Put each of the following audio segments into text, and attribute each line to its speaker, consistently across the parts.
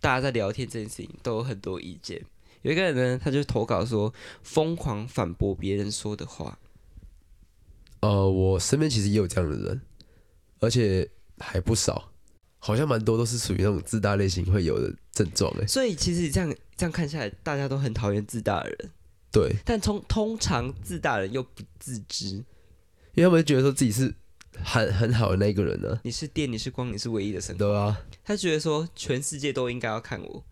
Speaker 1: 大家在聊天这件事情都有很多意见。有一个人呢，他就投稿说疯狂反驳别人说的话，
Speaker 2: 呃，我身边其实也有这样的人，而且还不少，好像蛮多都是属于那种自大类型会有的症状哎、
Speaker 1: 所以其实这样这样看下来，大家都很讨厌自大的人，
Speaker 2: 对，
Speaker 1: 但通通常自大人又不自知，
Speaker 2: 因为他们觉得说自己是很很好的那一个人呢、
Speaker 1: 你是电，你是光，你是唯一的神。
Speaker 2: 对啊，
Speaker 1: 他觉得说全世界都应该要看我，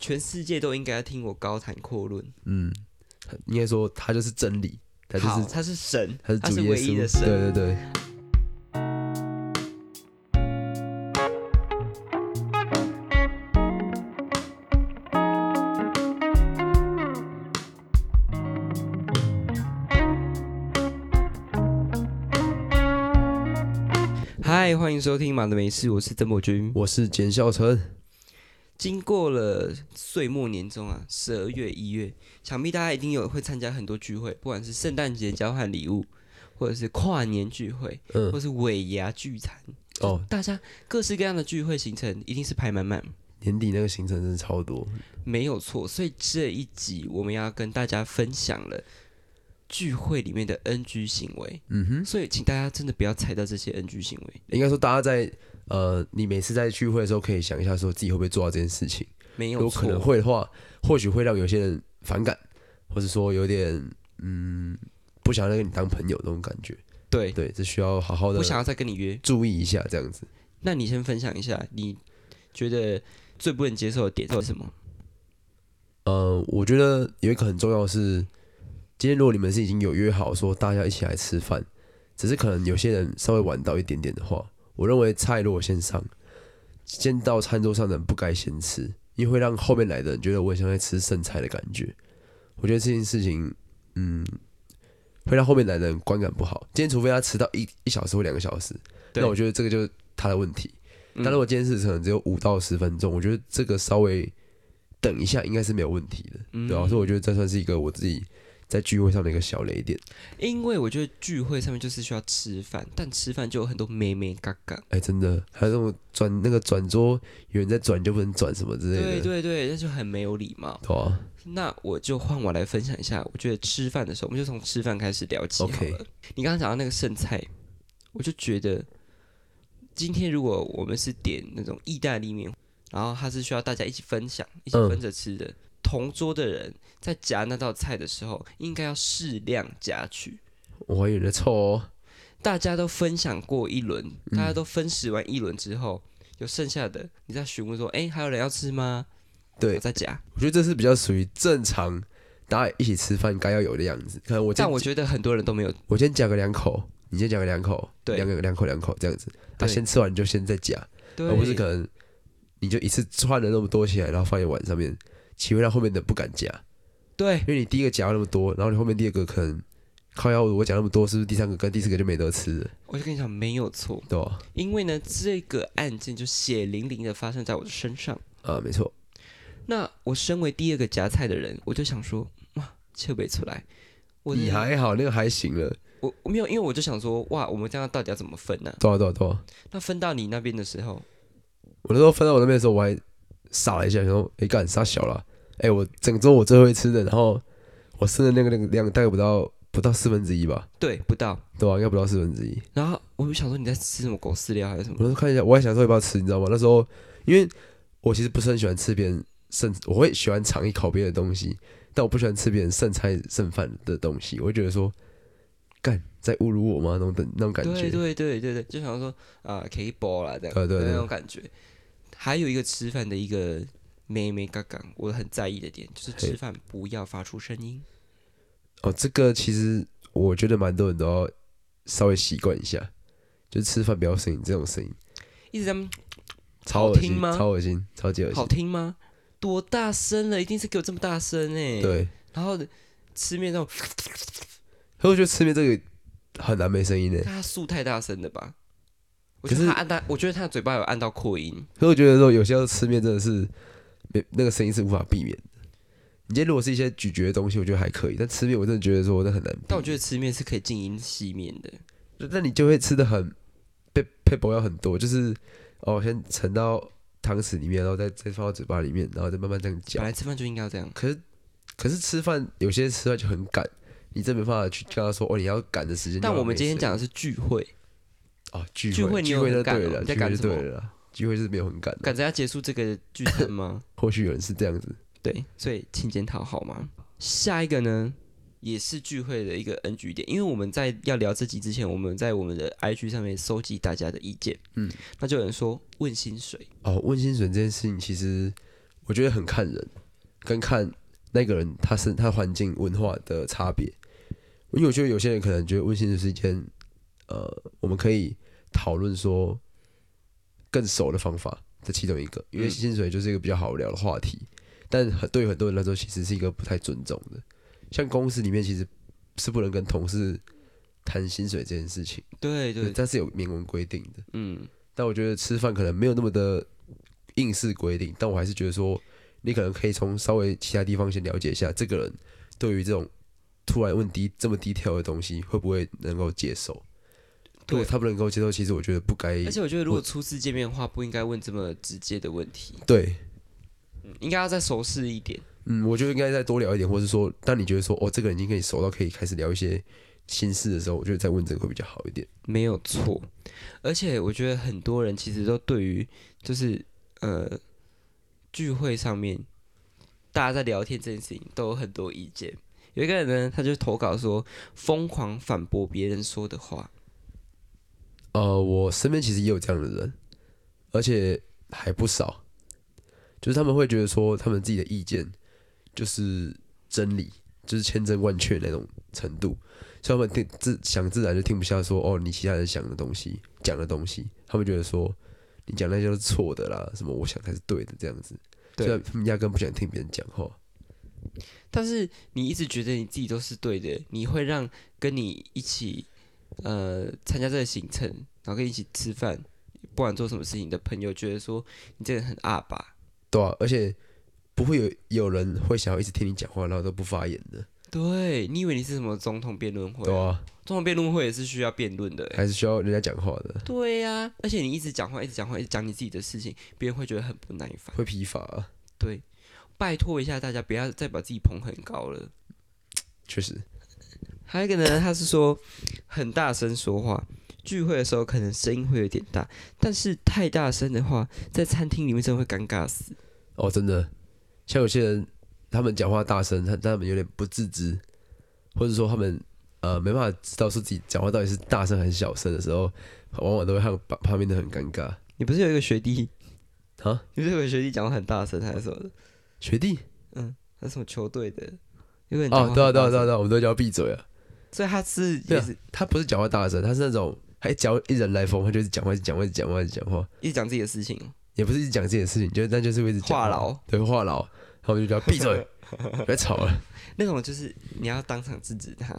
Speaker 1: 全世界都应该要听我高谈阔论。
Speaker 2: 嗯，应该说他就是真理，他就
Speaker 1: 好，
Speaker 2: 是
Speaker 1: 他是神，
Speaker 2: 他是
Speaker 1: 他
Speaker 2: 主耶
Speaker 1: 唯一
Speaker 2: 稣，
Speaker 1: 的神。
Speaker 2: 对对对。
Speaker 1: 嗨，欢迎收听《忙的没事》，我是曾博君。
Speaker 2: 我是简孝成，
Speaker 1: 经过了岁末年终啊，十二月、一月，想必大家一定有会参加很多聚会，不管是圣诞节交换礼物，或者是跨年聚会，
Speaker 2: 嗯
Speaker 1: 或，是尾牙聚餐，
Speaker 2: 哦，
Speaker 1: 大家各式各样的聚会行程一定是排满满，
Speaker 2: 年底那个行程真的超多，
Speaker 1: 没有错。所以这一集我们要跟大家分享了聚会里面的 NG 行为，
Speaker 2: 嗯哼，
Speaker 1: 所以请大家真的不要踩到这些 NG 行为，
Speaker 2: 应该说大家在呃，你每次在聚会的时候，可以想一下说自己会不会做到这件事情，
Speaker 1: 没
Speaker 2: 如
Speaker 1: 有
Speaker 2: 果可
Speaker 1: 错。
Speaker 2: 能会的话，或许会让有些人反感，或是说有点嗯，不想要跟你当朋友那种感觉，
Speaker 1: 对，
Speaker 2: 对，这需要好好的
Speaker 1: 不想要再跟你约。
Speaker 2: 注意一下，这样子。
Speaker 1: 那你先分享一下，你觉得最不能接受的点是什么？
Speaker 2: 呃，我觉得有一个很重要的是，今天如果你们是已经有约好说大家一起来吃饭，只是可能有些人稍微晚到一点点的话，我认为菜如果先上，先到餐桌上的人不该先吃，因为会让后面来的人觉得我很像在吃剩菜的感觉。我觉得这件事情，嗯，会让后面来的人观感不好。今天除非他迟到一一小时或两个小时，
Speaker 1: 对
Speaker 2: 那我觉得这个就是他的问题。
Speaker 1: 嗯
Speaker 2: 但如果今天是可能只有五到十分钟，我觉得这个稍微等一下应该是没有问题的，
Speaker 1: 嗯
Speaker 2: 对啊，所以我觉得这算是一个我自己在聚会上的一个小雷点。
Speaker 1: 因为我觉得聚会上面就是需要吃饭，但吃饭就有很多咩咩嘎嘎。
Speaker 2: 哎、真的，还有那种转那个转桌，有人在转就不能转什么之类的，
Speaker 1: 对对对，那就很没有礼貌。
Speaker 2: 对啊，
Speaker 1: 那我就换我来分享一下，我觉得吃饭的时候，我们就从吃饭开始聊起好
Speaker 2: OK
Speaker 1: 了。你刚刚讲到那个剩菜，我就觉得今天如果我们是点那种意大利面，然后它是需要大家一起分享、一起
Speaker 2: 嗯
Speaker 1: 分着吃的，同桌的人在夹那道菜的时候，应该要适量夹取。
Speaker 2: 我还有人在凑哦，
Speaker 1: 大家都分享过一轮，大
Speaker 2: 嗯
Speaker 1: 家都分食完一轮之后，有剩下的，你再询问说：“哎、还有人要吃吗？”
Speaker 2: 对
Speaker 1: 我再夹。
Speaker 2: 我觉得这是比较属于正常大家一起吃饭该要有的样子。可能我今
Speaker 1: 但
Speaker 2: 天
Speaker 1: 我觉得很多人都没有
Speaker 2: 我先夹个两口，你先夹个两口，
Speaker 1: 对
Speaker 2: 两个两口两口这样子，啊，
Speaker 1: 对
Speaker 2: 先吃完就先再夹，
Speaker 1: 对，
Speaker 2: 哦而不是可能你就一次串了那么多起来，然后放在碗上面，岂会让后面的不敢夹？
Speaker 1: 对
Speaker 2: 因为你第一个夹了那么多，然后你后面第二个可能靠腰，我夹那么多，是不是第三个跟第四个就没得吃了，
Speaker 1: 我就跟你讲没有错，
Speaker 2: 对啊吧？
Speaker 1: 因为呢，这个案件就血淋淋的发生在我的身上。
Speaker 2: 啊，没错，
Speaker 1: 那我身为第二个夹菜的人，我就想说，哇，切不出来。我的
Speaker 2: 你还好，那个还行了，
Speaker 1: 我我没有，因为我就想说，哇，我们这样到底要怎么分呢、
Speaker 2: 多少多少多少。
Speaker 1: 那分到你那边的时候，
Speaker 2: 啊我那时候分到我那边的时候，我还傻了一下，然后哎干傻小了，哎我整桌我最会吃的，然后我剩的那个那个量大概不到不到四分之一吧，
Speaker 1: 对，不到。
Speaker 2: 对啊吧？应该不到四分之一。
Speaker 1: 然后我就想说，你在吃什么狗饲料还是什么
Speaker 2: 我？那时候看一下，我还想说要不要吃，你知道吗？那时候因为我其实不是很喜欢吃别人剩，我会喜欢尝一口别人的东西，但我不喜欢吃别人剩菜剩饭的东西，我会觉得说，干在侮辱我吗？那种等那种感觉，
Speaker 1: 对对对对对，就想说啊，可以包啦这样，
Speaker 2: 对对对
Speaker 1: 那种感觉。还有一个吃饭的一个妹妹嘎嘎，我很在意的点就是
Speaker 2: 嘿
Speaker 1: 吃饭不要发出声音。
Speaker 2: 哦，这个其实我觉得蛮多人都要稍微习惯一下，就是吃饭不要声音这种声音，
Speaker 1: 一直在那边
Speaker 2: 超
Speaker 1: 好
Speaker 2: 恶
Speaker 1: 听
Speaker 2: 心，
Speaker 1: 吗
Speaker 2: 超恶心，超级恶
Speaker 1: 好
Speaker 2: 心。
Speaker 1: 听吗？多大声了，一定是给我这么大声哎、，
Speaker 2: 对，
Speaker 1: 然后吃面那种，
Speaker 2: 可我觉得吃面这个很难没声音的，欸
Speaker 1: 他速太大声了吧？我
Speaker 2: 可
Speaker 1: 觉
Speaker 2: 是嗯
Speaker 1: 得他按到，我觉得他的嘴巴有按到扩音。
Speaker 2: 可我觉得说有些时候吃面真的是没那个声音是无法避免的。你今天如果是一些咀嚼的东西，我觉得还可以，但吃面我真的觉得说那很难避免。
Speaker 1: 但我觉得吃面是可以静音熄灭的。
Speaker 2: 得，那你就会吃的很被配薄要很多，就是哦，先盛到汤匙里面，然后再再放到嘴巴里面，然后再慢慢这样
Speaker 1: 本
Speaker 2: 嚼。
Speaker 1: 来吃饭就应该要这样，
Speaker 2: 可是可是吃饭有些吃饭就很赶，你真没办法去跟他说哦，你要赶的时间就要
Speaker 1: 但
Speaker 2: 没事。
Speaker 1: 我们今天讲的是聚会，
Speaker 2: 哦聚
Speaker 1: 聚会
Speaker 2: 会
Speaker 1: 你
Speaker 2: 聚
Speaker 1: 有
Speaker 2: 会
Speaker 1: 很
Speaker 2: 就
Speaker 1: 赶
Speaker 2: 对
Speaker 1: 哦
Speaker 2: 了，
Speaker 1: 你在
Speaker 2: 聚
Speaker 1: 赶
Speaker 2: 会
Speaker 1: 什
Speaker 2: 就对
Speaker 1: 么
Speaker 2: 了啦，聚会是没有很赶的。
Speaker 1: 赶着要结束这个聚餐 吗？
Speaker 2: 或许有人是这样子，
Speaker 1: 对，所以请检讨好吗？下一个呢，也是聚会的一个 NG 点，因为我们在要聊这集之前，我们在我们的 IG 上面搜集大家的意见，
Speaker 2: 嗯，
Speaker 1: 那就有人说问薪水，
Speaker 2: 哦，问薪水这件事情，其实我觉得很看人，跟看那个人他是他环境文化的差别。因为我觉得有些人可能觉得问薪水是一件，呃，我们可以讨论说更熟的方法这其中一个，因为
Speaker 1: 嗯
Speaker 2: 薪水就是一个比较好聊的话题，但很对很多人来说其实是一个不太尊重的。像公司里面其实是不能跟同事谈薪水这件事情，
Speaker 1: 对对，
Speaker 2: 但是有明文规定的。
Speaker 1: 嗯，
Speaker 2: 但我觉得吃饭可能没有那么的硬式规定，但我还是觉得说，你可能可以从稍微其他地方先了解一下这个人对于这种突然问低这么低调的东西会不会能够接受。如
Speaker 1: 对
Speaker 2: 果他不能够接受，其实我觉得不该
Speaker 1: 而且我觉得如果初次见面的话，不应该问这么直接的问题，
Speaker 2: 对，
Speaker 1: 嗯应该要再熟识一点，
Speaker 2: 嗯，我觉得应该再多聊一点，或是说，当你觉得说哦，这个人已经跟你熟到可以开始聊一些心事的时候，我觉得再问这个会比较好一点。
Speaker 1: 没有错。而且我觉得很多人其实都对于就是呃聚会上面大家在聊天这件事情都有很多意见。有一个人呢，他就投稿说疯狂反驳别人说的话，
Speaker 2: 呃，我身边其实也有这样的人，而且还不少，就是他们会觉得说他们自己的意见就是真理，就是千真万确那种程度，所以他们听自想自然就听不下说哦你其他人想的东西讲的东西，他们觉得说你讲那些都是错的啦，什么我想才是对的这样子，
Speaker 1: 对
Speaker 2: 所以他们压根不想听别人讲话。
Speaker 1: 但是你一直觉得你自己都是对的，你会让跟你一起呃参加这个行程，然后跟你一起吃饭，不管做什么事情的朋友，觉得说你这个人很阿吧？
Speaker 2: 对啊，而且不会有有人会想要一直听你讲话，然后都不发言的，
Speaker 1: 对你以为你是什么总统辩论会？
Speaker 2: 对啊，
Speaker 1: 总统辩论会也是需要辩论的欸、
Speaker 2: 还是需要人家讲话的，
Speaker 1: 对呀、而且你一直讲话，一直讲话，一直讲你自己的事情，别人会觉得很不耐烦。
Speaker 2: 会疲乏啊、
Speaker 1: 对，拜托一下大家，不要再把自己捧很高了。
Speaker 2: 确实，
Speaker 1: 还有一个呢，他是说很大声说话，聚会的时候可能声音会有点大，但是太大声的话，在餐厅里面真的会尴尬死。
Speaker 2: 哦，真的，像有些人他们讲话大声，他他们有点不自知，或者说他们呃没办法知道说自己讲话到底是大声还是小声的时候，往往都会让旁旁边的很尴尬
Speaker 1: 你不是有一个学弟，
Speaker 2: 啊。
Speaker 1: 你不是有个学弟讲话很大声，还是什么的？
Speaker 2: 学弟
Speaker 1: 嗯，他是什么球队的？有个人讲话
Speaker 2: 哦，
Speaker 1: 很
Speaker 2: 对啊，对
Speaker 1: 大
Speaker 2: 啊，
Speaker 1: 声
Speaker 2: 对啊，对啊，我们都叫他闭嘴啊。
Speaker 1: 所以他是
Speaker 2: 对
Speaker 1: 也
Speaker 2: 啊
Speaker 1: 是，
Speaker 2: 他不是讲话大声，他是那种还只要一人来疯，他就是讲话，一直讲话，一直讲话，一直讲话，
Speaker 1: 一直讲自己的事情哦。
Speaker 2: 也不是一直讲自己的事情，就是但就是会一直讲
Speaker 1: 话
Speaker 2: 话
Speaker 1: 痨，
Speaker 2: 对话痨，然后我们就叫他闭嘴，别吵了。
Speaker 1: 那种就是你要当场制止他，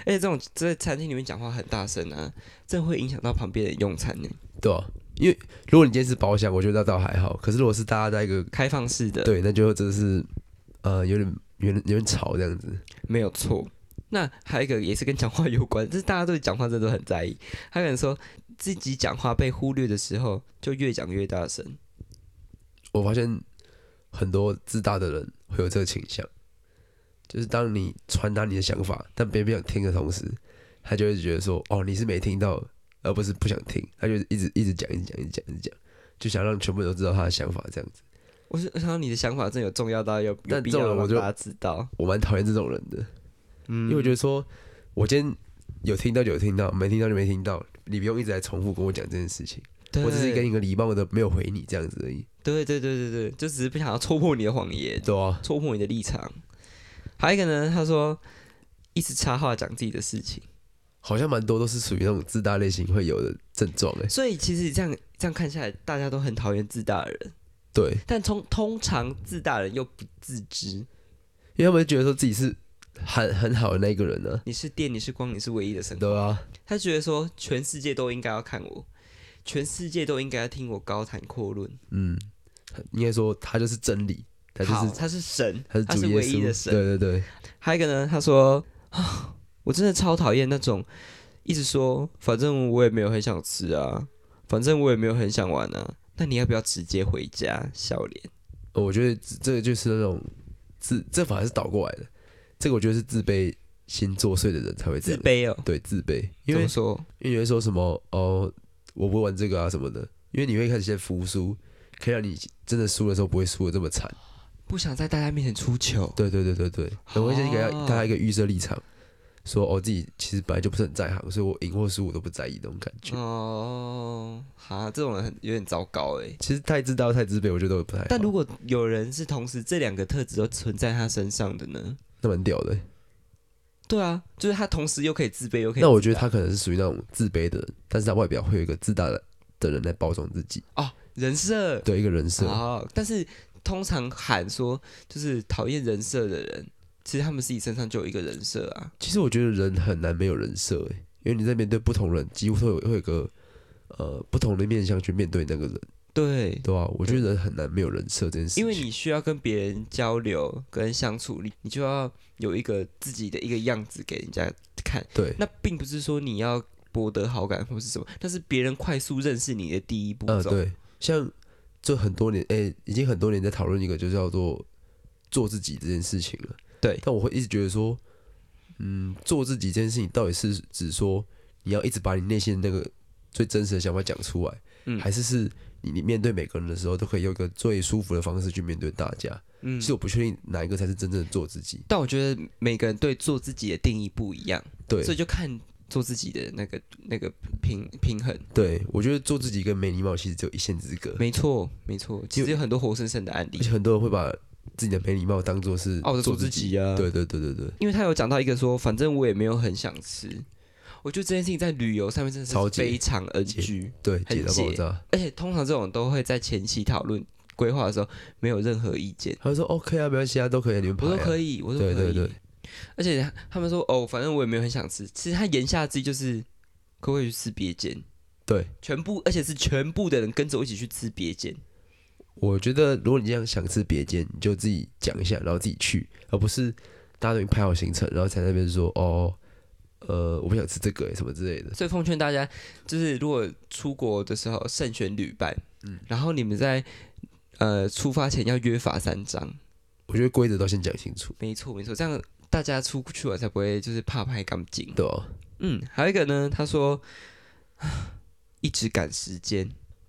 Speaker 1: 而且这种在餐厅里面讲话很大声啊，这会影响到旁边的人用餐呢。
Speaker 2: 对啊，因为如果你今天是包厢，我觉得那倒还好，可是如果是大家在一个
Speaker 1: 开放式的，
Speaker 2: 对，那就真的是呃有点有点有点吵这样子。
Speaker 1: 没有错。那还有一个也是跟讲话有关，这是大家对讲话真的都很在意。他可能说自己讲话被忽略的时候，就越讲越大声。
Speaker 2: 我发现很多自大的人会有这个倾向，就是当你传达你的想法，但别人不想听的同时，他就会觉得说哦你是没听到，而不是不想听，他就一直一直讲一直讲一直讲一直讲，就想让全部人都知道他的想法这样子。
Speaker 1: 我是我想到你的想法真的有重要到有有
Speaker 2: 但
Speaker 1: 必
Speaker 2: 这种
Speaker 1: 要
Speaker 2: 人
Speaker 1: 让
Speaker 2: 我就
Speaker 1: 大家知道，
Speaker 2: 我蛮讨厌这种人的，
Speaker 1: 嗯
Speaker 2: 因为我觉得说我今天有听到就有听到，没听到就没听到，你不用一直来重复跟我讲这件事情，
Speaker 1: 对
Speaker 2: 我只是给你一个礼貌的没有回你这样子而已。
Speaker 1: 对对对对对，就只是不想要戳破你的谎言，
Speaker 2: 对啊，
Speaker 1: 戳破你的立场。还有一个呢，他说一直插话讲自己的事情，
Speaker 2: 好像蛮多都是属于那种自大类型会有的症状哎、
Speaker 1: 所以其实这样这样看下来，大家都很讨厌自大的人，
Speaker 2: 对，
Speaker 1: 但通通常自大人又不自知，
Speaker 2: 因为他们觉得说自己是很很好的那一个人啊呢、
Speaker 1: 你是电，你是光，你是唯一的神。
Speaker 2: 对啊，
Speaker 1: 他觉得说，全世界都应该要看我，全世界都应该要听我高谈阔论。
Speaker 2: 嗯，应该说他就是真理，他就
Speaker 1: 好
Speaker 2: 是
Speaker 1: 他是神，
Speaker 2: 他是
Speaker 1: 他
Speaker 2: 主耶
Speaker 1: 唯一的
Speaker 2: 稣，
Speaker 1: 神。
Speaker 2: 对对对，
Speaker 1: 还有一个呢，他说啊我真的超讨厌那种一直说，反正我也没有很想吃啊，反正我也没有很想玩啊，那你要不要直接回家？笑脸，
Speaker 2: 呃我觉得这这个就是那种自，这反而是倒过来的。这个我觉得是自卑心作祟的人才会这
Speaker 1: 自
Speaker 2: 样，
Speaker 1: 卑哦。
Speaker 2: 对自卑，因
Speaker 1: 怎
Speaker 2: 为
Speaker 1: 么说？
Speaker 2: 因为你会说什么哦，我不会玩这个啊什么的，因为你会开始先服输，可以让你真的输的时候不会输的这么惨。
Speaker 1: 不想在大家面前出糗。
Speaker 2: 对对对对对，我会先给他
Speaker 1: 哦
Speaker 2: 大家一个预设立场，说哦自己其实本来就不是很在行，所以我赢或输我都不在意那种感
Speaker 1: 嗯
Speaker 2: 觉。
Speaker 1: 哦，哈，这种人很有点糟糕哎。
Speaker 2: 其实太自大、太自卑，我觉得都不太好。
Speaker 1: 但如果有人是同时这两个特质都存在他身上的呢？
Speaker 2: 那蛮屌的欸，
Speaker 1: 对啊，就是他同时又可以自卑又可以自大。
Speaker 2: 那我觉得他可能是属于那种自卑的人，但是他外表会有一个自大的的人来包装自己，
Speaker 1: 哦，人设
Speaker 2: 对一啊个人设。
Speaker 1: 哦，但是通常喊说就是讨厌人设的人，其实他们自己身上就有一个人设啊。
Speaker 2: 其实我觉得人很难没有人设，哎，因为你在面对不同人，几乎会有会有一个呃不同的面向去面对那个人，
Speaker 1: 对，
Speaker 2: 对吧、我觉得人很难没有人设这件事情，
Speaker 1: 因为你需要跟别人交流、跟相处，你你就要有一个自己的一个样子给人家看。
Speaker 2: 对
Speaker 1: 那并不是说你要博得好感或是什么，但是别人快速认识你的第一步
Speaker 2: 呃
Speaker 1: 骤。
Speaker 2: 对，像就很多年，哎、已经很多年在讨论一个就叫做做自己这件事情了。
Speaker 1: 对
Speaker 2: 但我会一直觉得说，嗯，做自己这件事情到底是指说你要一直把你内心的那个最真实的想法讲出来，
Speaker 1: 嗯
Speaker 2: 还是是你你面对每个人的时候都可以用一个最舒服的方式去面对大家？
Speaker 1: 嗯
Speaker 2: 其实我不确定哪一个才是真正的做自己。
Speaker 1: 但我觉得每个人对做自己的定义不一样，
Speaker 2: 对
Speaker 1: 所以就看做自己的那个那个平平衡。
Speaker 2: 对，我觉得做自己跟没礼貌其实只有一线之隔，
Speaker 1: 没错，没错，其实有很多活生生的案例
Speaker 2: 而且。很多人会把自己的没礼貌当做是
Speaker 1: 哦我在做
Speaker 2: 自
Speaker 1: 自己啊
Speaker 2: 对对对对对，
Speaker 1: 因为他有讲到一个说，反正我也没有很想吃。我觉得这件事情在旅游上面真的
Speaker 2: 超
Speaker 1: 是
Speaker 2: 级
Speaker 1: 非常 NG，
Speaker 2: 对，
Speaker 1: 很
Speaker 2: 解到爆
Speaker 1: 解
Speaker 2: 炸。
Speaker 1: 而且通常这种都会在前期讨论规划的时候没有任何意见，
Speaker 2: 他就说 OK 啊，没关系啊，都可以啊，你们排、
Speaker 1: 我
Speaker 2: 啊。
Speaker 1: 说可以，我说可以，
Speaker 2: 对对对
Speaker 1: 而且他们说哦，反正我也没有很想吃，其实他言下之意就是可不可以去吃别间，
Speaker 2: 对，
Speaker 1: 全部而且是全部的人跟着我一起去吃别间，
Speaker 2: 我觉得如果你这样想吃别间，你就自己讲一下，然后自己去，而不是大家都已经排好行程，然后才在那边说哦，呃，我不想吃这个什么之类的。
Speaker 1: 所以奉劝大家，就是如果出国的时候慎选旅伴，嗯，然后你们在呃出发前要约法三章，
Speaker 2: 我觉得规则都先讲清楚，
Speaker 1: 没错没错，这样大家出去玩才不会就是怕拍干净。
Speaker 2: 对吧、
Speaker 1: 嗯，还有一个呢，他说 啊一直赶时间，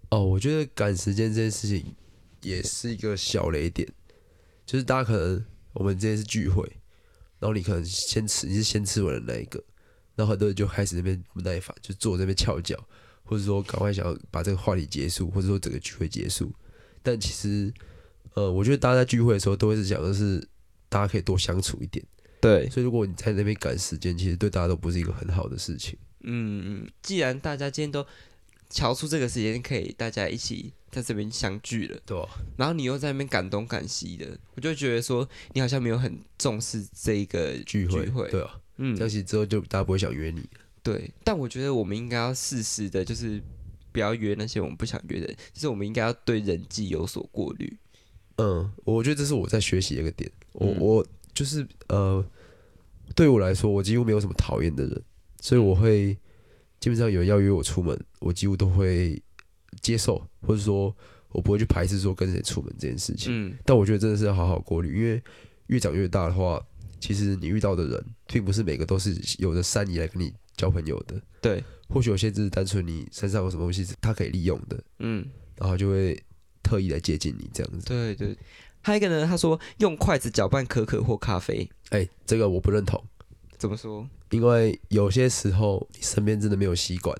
Speaker 2: 哦，我觉得赶时间这件事情也是一个小雷点，就是大家可能我们今天是聚会，然后你可能先吃，你是先吃完的那一个，然后很多人就开始那边不耐烦，就坐在那边翘脚，或者说赶快想要把这个话题结束，或者说整个聚会结束。但其实，呃，我觉得大家在聚会的时候都会是想的是大家可以多相处一点，
Speaker 1: 对，
Speaker 2: 所以如果你在那边赶时间，其实对大家都不是一个很好的事情。
Speaker 1: 嗯，嗯，既然大家今天都瞧出这个时间可以大家一起在这边相聚了，
Speaker 2: 对、
Speaker 1: 然后你又在那边赶东赶西的，我就觉得说你好像没有很重视这一个
Speaker 2: 聚会，
Speaker 1: 聚会
Speaker 2: 对啊，
Speaker 1: 嗯
Speaker 2: 这，样其实之后就大家不会想约你。
Speaker 1: 对。但我觉得我们应该要适时的，就是不要约那些我们不想约的人，就是我们应该要对人际有所过滤。
Speaker 2: 嗯，我觉得这是我在学习的一个点。我、
Speaker 1: 嗯
Speaker 2: 我就是呃，对我来说，我几乎没有什么讨厌的人，所以
Speaker 1: 嗯
Speaker 2: 我会基本上有人要约我出门，我几乎都会接受，或者说我不会去排斥说跟谁出门这件事情。
Speaker 1: 嗯，
Speaker 2: 但我觉得真的是要好好过滤，因为越长越大的话，其实你遇到的人，并不是每个都是有着善意来跟你交朋友的。
Speaker 1: 对，
Speaker 2: 或许有些只是单纯你身上有什么东西是他可以利用的，
Speaker 1: 嗯，
Speaker 2: 然后就会特意来接近你这样子。
Speaker 1: 对对。还有一个呢，他说用筷子搅拌可可或咖啡，
Speaker 2: 哎、这个我不认同，
Speaker 1: 怎么说？
Speaker 2: 因为有些时候你身边真的没有吸管，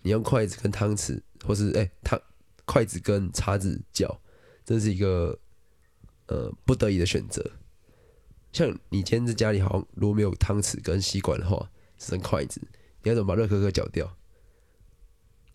Speaker 2: 你用筷子跟汤匙，或是哎汤、筷子跟叉子搅，这是一个呃不得已的选择。像你今天在家里好像如果没有汤匙跟吸管的话，只剩筷子，你要怎么把热可可搅掉？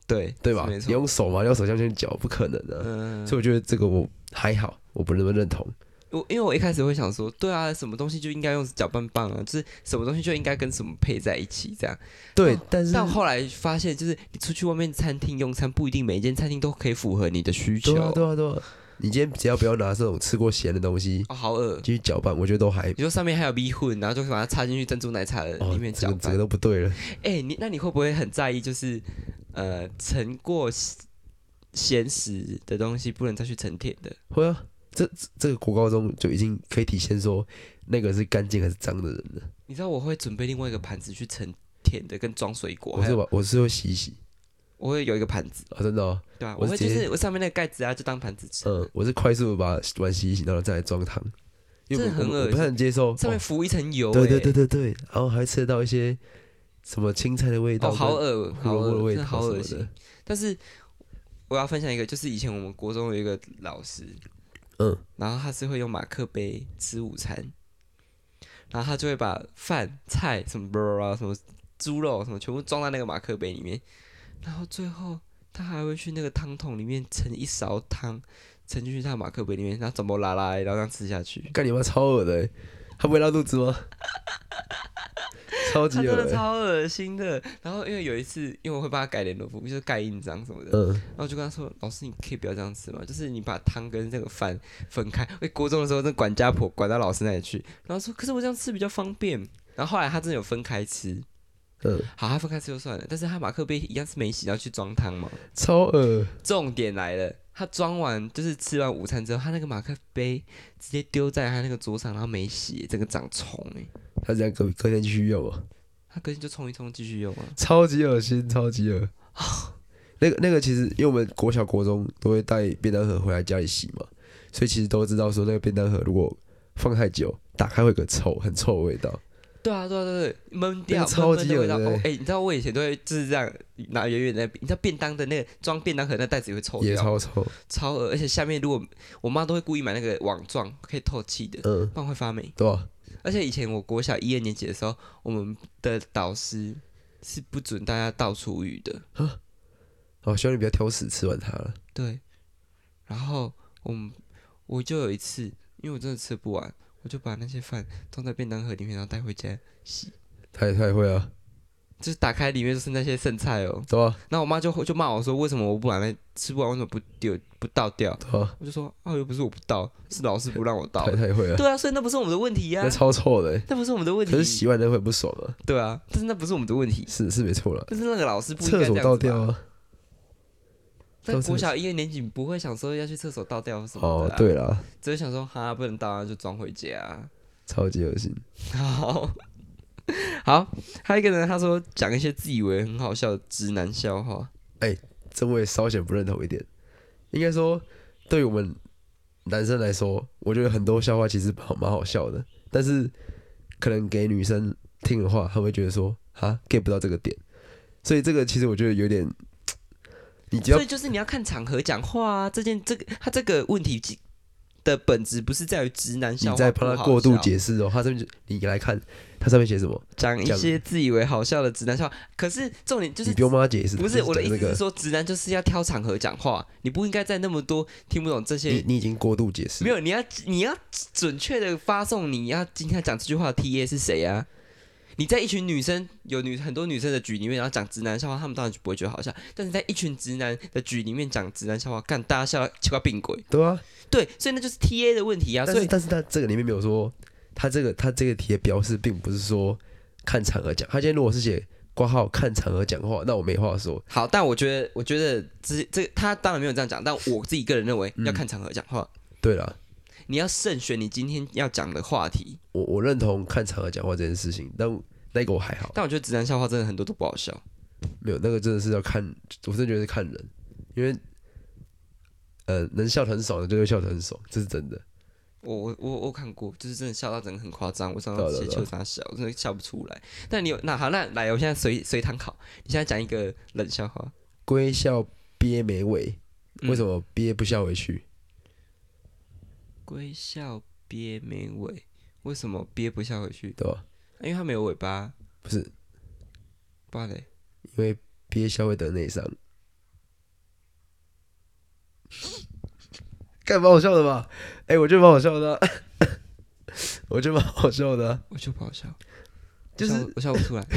Speaker 1: 对
Speaker 2: 对吧？
Speaker 1: 没
Speaker 2: 你
Speaker 1: 错。
Speaker 2: 用手吗？你用手相去搅，不可能的、
Speaker 1: 嗯
Speaker 2: 所以我觉得这个我还好，我不那么认同。
Speaker 1: 我因为我一开始会想说，对啊，什么东西就应该用搅拌棒啊，就是什么东西就应该跟什么配在一起这样。
Speaker 2: 对，
Speaker 1: 哦
Speaker 2: 但是
Speaker 1: 但后来发现，就是你出去外面餐厅用餐，不一定每一间餐厅都可以符合你的需求。
Speaker 2: 对啊对啊对啊，你今天只要不要拿这种吃过咸的东西
Speaker 1: 哦，好恶！
Speaker 2: 继续搅拌，我觉得都还
Speaker 1: 你说上面还有迷混，然后就把它插进去珍珠奶茶的
Speaker 2: 哦
Speaker 1: 里面
Speaker 2: 这
Speaker 1: 搅
Speaker 2: 个这
Speaker 1: 拌
Speaker 2: 个。都不对了。
Speaker 1: 哎、你那你会不会很在意？就是呃，盛过咸食的东西不能再去盛甜的。
Speaker 2: 会啊，这这这个国高中就已经可以体现说那个是干净还是脏的人了。
Speaker 1: 你知道我会准备另外一个盘子去盛甜的，跟装水果。
Speaker 2: 我
Speaker 1: 还
Speaker 2: 是
Speaker 1: 有
Speaker 2: 把我是会洗一洗
Speaker 1: 我会有一个盘子，
Speaker 2: 啊，真的、哦，
Speaker 1: 对啊，我
Speaker 2: 我是
Speaker 1: 会
Speaker 2: 直
Speaker 1: 就
Speaker 2: 接
Speaker 1: 是我上面那个盖子啊，就当盘子吃。
Speaker 2: 嗯，我是快速地把碗洗一洗，然后再来装汤，因为我
Speaker 1: 真的很
Speaker 2: 我
Speaker 1: 恶
Speaker 2: 我不太能接受。
Speaker 1: 上面
Speaker 2: 哦
Speaker 1: 浮一层油、欸
Speaker 2: 对对对对对，然后还吃得到一些什么青菜的味道，
Speaker 1: 哦，好恶，
Speaker 2: 胡
Speaker 1: 好
Speaker 2: 萝卜的
Speaker 1: 恶，
Speaker 2: 味
Speaker 1: 真的
Speaker 2: 道
Speaker 1: 好
Speaker 2: 什
Speaker 1: 恶
Speaker 2: 么
Speaker 1: 心
Speaker 2: 的。。
Speaker 1: 但是我要分享一个，就是以前我们国中有一个老师，
Speaker 2: 嗯，
Speaker 1: 然后他是会用马克杯吃午餐，然后他就会把饭菜什么 blah blah blah，什么猪肉什么全部装在那个马克杯里面，然后最后他还会去那个汤桶里面盛一勺汤，盛进去他的马克杯里面，然后怎么拉拉，然后这样吃下去。
Speaker 2: 干你妈超恶的欸，他不会拉肚子吗？ 超级
Speaker 1: 他真
Speaker 2: 恶
Speaker 1: 的
Speaker 2: 的欸，
Speaker 1: 超恶心的。然后因为有一次，因为我会帮他改联络簿，就是盖印章什么的。
Speaker 2: 嗯，
Speaker 1: 然后我就跟他说：“老师，你可以不要这样吃嘛，就是你把汤跟这个饭分开。”因为国中的时候，那管家婆管到老师那里去，然后说：“可是我这样吃比较方便。”然后后来他真的有分开吃，
Speaker 2: 嗯，
Speaker 1: 好，他分开吃就算了，但是他马克杯一样是没洗，然后去装汤嘛。
Speaker 2: 超恶，
Speaker 1: 重点来了，他装完就是吃完午餐之后，他那个马克杯直接丢在他那个桌上，然后没洗，整个长虫哎、
Speaker 2: 他这样隔隔天继续用哦，
Speaker 1: 他隔天就冲一冲继续用啊。
Speaker 2: 超级恶心，超级恶。那个那个其实，因为我们国小国中都会带便当盒回来家里洗嘛，所以其实都知道说那个便当盒如果放太久，打开会有个臭很臭的味道。
Speaker 1: 对啊，对啊，对啊对啊，闷掉，
Speaker 2: 那个超级
Speaker 1: 闷闷的味道。
Speaker 2: 恶的
Speaker 1: 哦，哎、你知道我以前都会就是这样拿远远的，你知道便当的那个装便当盒那袋子也会臭
Speaker 2: 也
Speaker 1: 掉，
Speaker 2: 超臭，
Speaker 1: 超恶，而且下面如果我妈都会故意买那个网状可以透气的，
Speaker 2: 嗯，
Speaker 1: 不然会发霉。
Speaker 2: 对吧？
Speaker 1: 而且以前我国小一二年级的时候，我们的导师是不准大家倒厨余的，
Speaker 2: 好，希望哦你不要挑食，吃完它了。
Speaker 1: 对。然后我们我就有一次，因为我真的吃不完，我就把那些饭装在便当盒里面，然后带回家洗，
Speaker 2: 他也他也会啊，
Speaker 1: 就是打开里面就是那些剩菜哦。
Speaker 2: 对啊吧？
Speaker 1: 然后我妈就就骂我说，为什么我不把那吃不完，为什么不丢不倒掉？
Speaker 2: 对吧？
Speaker 1: 我就说啊，又不是我不倒，是老师不让我倒
Speaker 2: 他。也他也会啊，
Speaker 1: 对啊，所以那不是我们的问题呀、
Speaker 2: 那超臭的欸。
Speaker 1: 那不是我们的问
Speaker 2: 可是洗
Speaker 1: 题。
Speaker 2: 完那会不爽啊，
Speaker 1: 对啊，但是那不是我们的问题，
Speaker 2: 是是没错了。
Speaker 1: 但是那个老师不应该这
Speaker 2: 厕
Speaker 1: 样
Speaker 2: 所
Speaker 1: 子
Speaker 2: 倒
Speaker 1: 吧
Speaker 2: 掉。啊，
Speaker 1: 但
Speaker 2: 到厕
Speaker 1: 国小一二年级不会想说要去厕所倒掉什么
Speaker 2: 哦
Speaker 1: 的、，，啊
Speaker 2: 对啦，
Speaker 1: 只是想说哈不能倒啊，就装回家、
Speaker 2: 超级恶心。
Speaker 1: 好， 好，还有一个人他说讲一些自以为很好笑的直男笑话。
Speaker 2: 这我也稍显不认同一点。应该说，对于我们男生来说，我觉得很多笑话其实蛮好蛮好笑的，但是可能给女生听的话，她会觉得说啊 get 不到这个点，所以这个其实我觉得有点，你只要
Speaker 1: 所以就是你要看场合讲话啊，这件这个他这个问题其的本质不是在于直男笑
Speaker 2: 你
Speaker 1: 话，
Speaker 2: 再帮
Speaker 1: 不
Speaker 2: 他
Speaker 1: 好
Speaker 2: 过度
Speaker 1: 笑
Speaker 2: 解释哦，他这边就你来看，他上面写什么，
Speaker 1: 讲一
Speaker 2: 讲
Speaker 1: 些自以为好笑的直男笑话，可是重点就是
Speaker 2: 你不用帮他解释，
Speaker 1: 不
Speaker 2: 他
Speaker 1: 是我的意
Speaker 2: 讲这
Speaker 1: 思是
Speaker 2: 个，
Speaker 1: 说，直男就是要挑场合讲话，你不应该在那么多听不懂这
Speaker 2: 你
Speaker 1: 些。
Speaker 2: 你已经过度解释，
Speaker 1: 没有，你要你要准确的发送，你要今天讲这句话的 T A 是谁啊？你在一群女生有女很多女生的局里面，然后讲直男笑话，他们当然就不会觉得好笑。但是在一群直男的局里面讲直男笑话，干大家笑到奇怪病鬼。
Speaker 2: 对啊，
Speaker 1: 对，所以那就是 T A 的问题啊。
Speaker 2: 但
Speaker 1: 所
Speaker 2: 是
Speaker 1: 以
Speaker 2: 但是他这个里面没有说，他这个他这个题的标示并不是说看场合讲，他今天如果是写挂号看场合讲话，那我没话说。
Speaker 1: 好，但我觉得我觉得这这他当然没有这样讲，但我自己个人认为要看场合讲话，
Speaker 2: 对了，
Speaker 1: 你要慎选你今天要讲的话题。
Speaker 2: 我我认同看场合讲话这件事情，但那个我还好，
Speaker 1: 但我觉得直男笑话真的很多都不好笑。
Speaker 2: 没有那个真的是要看，我真的觉得是看人，因为呃能笑得很爽的就会笑得很爽，这是真的。
Speaker 1: 我我我我看过，就是真的笑到整个很夸张，我上
Speaker 2: 对
Speaker 1: 到
Speaker 2: 啊对啊
Speaker 1: 写
Speaker 2: 对啊
Speaker 1: 球啥笑，我真的笑不出来。但你有那好，那来，我现在随随堂考，你现在讲一个冷笑话，
Speaker 2: 龟笑憋没尾，
Speaker 1: 嗯
Speaker 2: 为什么憋不笑回去？
Speaker 1: 龟笑憋没尾，为什么憋不下回去？
Speaker 2: 对吧？
Speaker 1: 因为它没有尾巴，
Speaker 2: 不是
Speaker 1: 不然嘞，
Speaker 2: 因为憋笑会得内伤。 干蛮好笑的吧？哎、我觉得蛮好笑的 啊、我觉得蛮好笑的啊、
Speaker 1: 我就不好笑，
Speaker 2: 就是
Speaker 1: 我笑我笑不出来。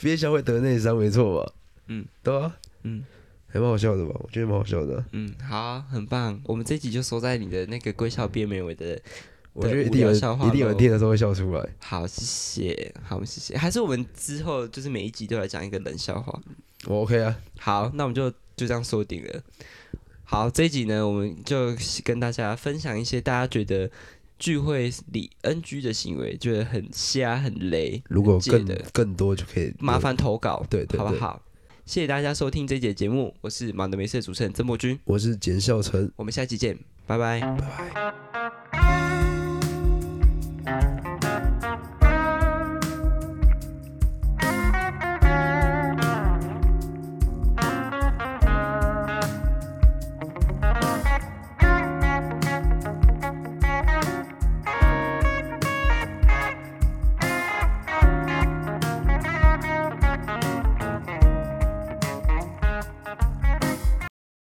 Speaker 2: 憋笑会得内伤，没错吧？
Speaker 1: 嗯，
Speaker 2: 对啊，
Speaker 1: 嗯
Speaker 2: 还蛮好笑的吧？我觉得蛮好笑的啊、
Speaker 1: 嗯，好，很棒，我们这一集就收在你的那个龟笑憋没尾的。
Speaker 2: 我觉
Speaker 1: 对
Speaker 2: 得一定有人
Speaker 1: 无聊笑话
Speaker 2: 一定有人
Speaker 1: 咯
Speaker 2: 听的时候会笑出来。
Speaker 1: 好，谢谢，好，谢谢。还是我们之后就是每一集都来讲一个冷笑话。
Speaker 2: 我 OK 啊，
Speaker 1: 好，那我们就就这样说定了。好，这一集呢，我们就跟大家分享一些大家觉得聚会里 NG 的行为，觉得很瞎、很雷，
Speaker 2: 如果
Speaker 1: 借
Speaker 2: 更
Speaker 1: 的
Speaker 2: 更多就可以
Speaker 1: 麻烦投稿，
Speaker 2: 对对
Speaker 1: 好不
Speaker 2: 对
Speaker 1: 好？谢谢大家收听这一节节目，我是忙得没事的主持人曾博君，
Speaker 2: 我是简孝成，
Speaker 1: 我们下期见，拜拜。
Speaker 2: 拜拜。